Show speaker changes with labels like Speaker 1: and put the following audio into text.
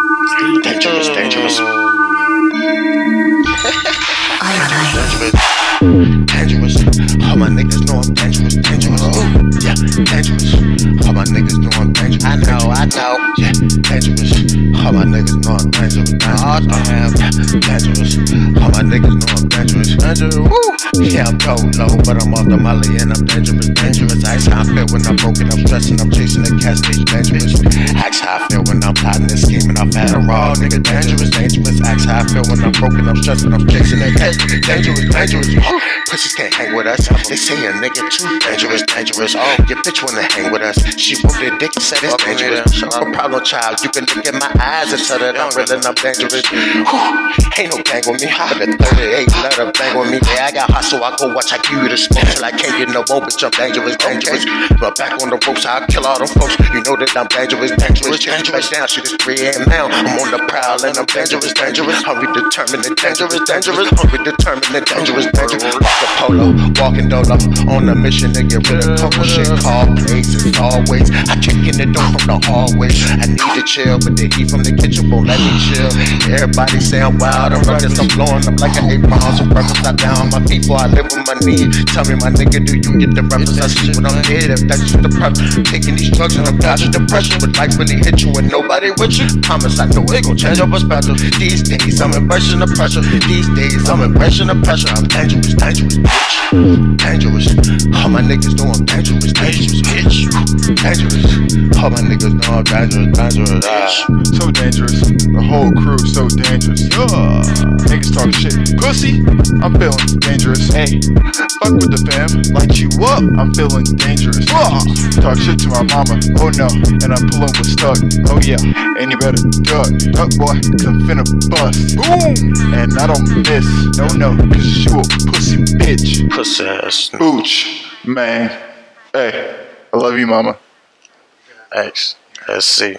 Speaker 1: Dangerous, dangerous. dangerous, dangerous. All my niggas know I'm dangerous, dangerous. Ooh, yeah, dangerous. All my niggas know I'm dangerous. I know, I know. Yeah, dangerous. All my niggas know I'm dangerous. dangerous. Oh, damn. Yeah, dangerous. All my niggas know I'm dangerous, dangerous. Woo. Yeah, I'm cold low, but I'm off the molly and I'm dangerous, dangerous. Ice how I feel when I'm broken, I'm stressing, I'm chasing the cat stage, dangerous. Ask how I feel when I'm plotting and scheming, I'm fat and raw, nigga, dangerous, dangerous. Ask how I feel when I'm broken, I'm stressing, I'm chasing the cat stage, dangerous, dangerous. Woo. Pussies can't hang with us, they say a nigga too dangerous, dangerous. Oh, your bitch wanna hang with us, she whooped the dick, said it's dangerous. No problem, child, you can look in my eyes and tell that I'm real and I'm dangerous. Whew. Ain't no gang with me, but the 38 let her bang with me. Yeah, I got hustle, I go watch, I give you the smoke till I can't get no more, bitch, I'm dangerous, dangerous. But back on the ropes, I'll kill all them folks. You know that I'm dangerous, dangerous, dangerous. Down, shit is 3 a.m. now. I'm on the prowl and I'm dangerous, dangerous. Hungry, determined, and dangerous, dangerous. Hungry, determined, and dangerous, dangerous. Marco Polo, walking dolo on a mission to get rid of couple shit. Call places always. I kick in the door from the hallways. I need to chill, but the heat from the kitchen won't let me chill. Everybody say I'm wild, I'm reckless, I'm blowing up like an apron. Some breakfast, I down my people, I live with my need. Tell me, my nigga, do you get the reference? I see what I'm dead. If that's just the prep, taking these drugs and I'm dodging depression. But life really hit you and nobody with you. Promise, I know it gon' change your perspective. These days, I'm impressing the pressure. These days, I'm impressing the pressure. I'm dangerous, dangerous, bitch. Dangerous. All my niggas know I'm dangerous, dangerous, bitch. Dangerous. All my niggas know I'm dangerous, dangerous. Ah.
Speaker 2: So dangerous. The whole crew so dangerous. Ugh. Niggas talk shit. Pussy, I'm feeling dangerous. Hey, fuck with the fam. Light you up. I'm feeling dangerous. Ugh. Talk shit to my mama. Oh no. And I'm pulling with stuck. Oh yeah. And you better duck. Duck boy. Cause I'm finna bust. Boom. And I don't miss. No, no. Cause you a pussy bitch.
Speaker 1: Pussy ass
Speaker 2: Booch. Man. Hey. I love you, mama.
Speaker 1: X. Let's see.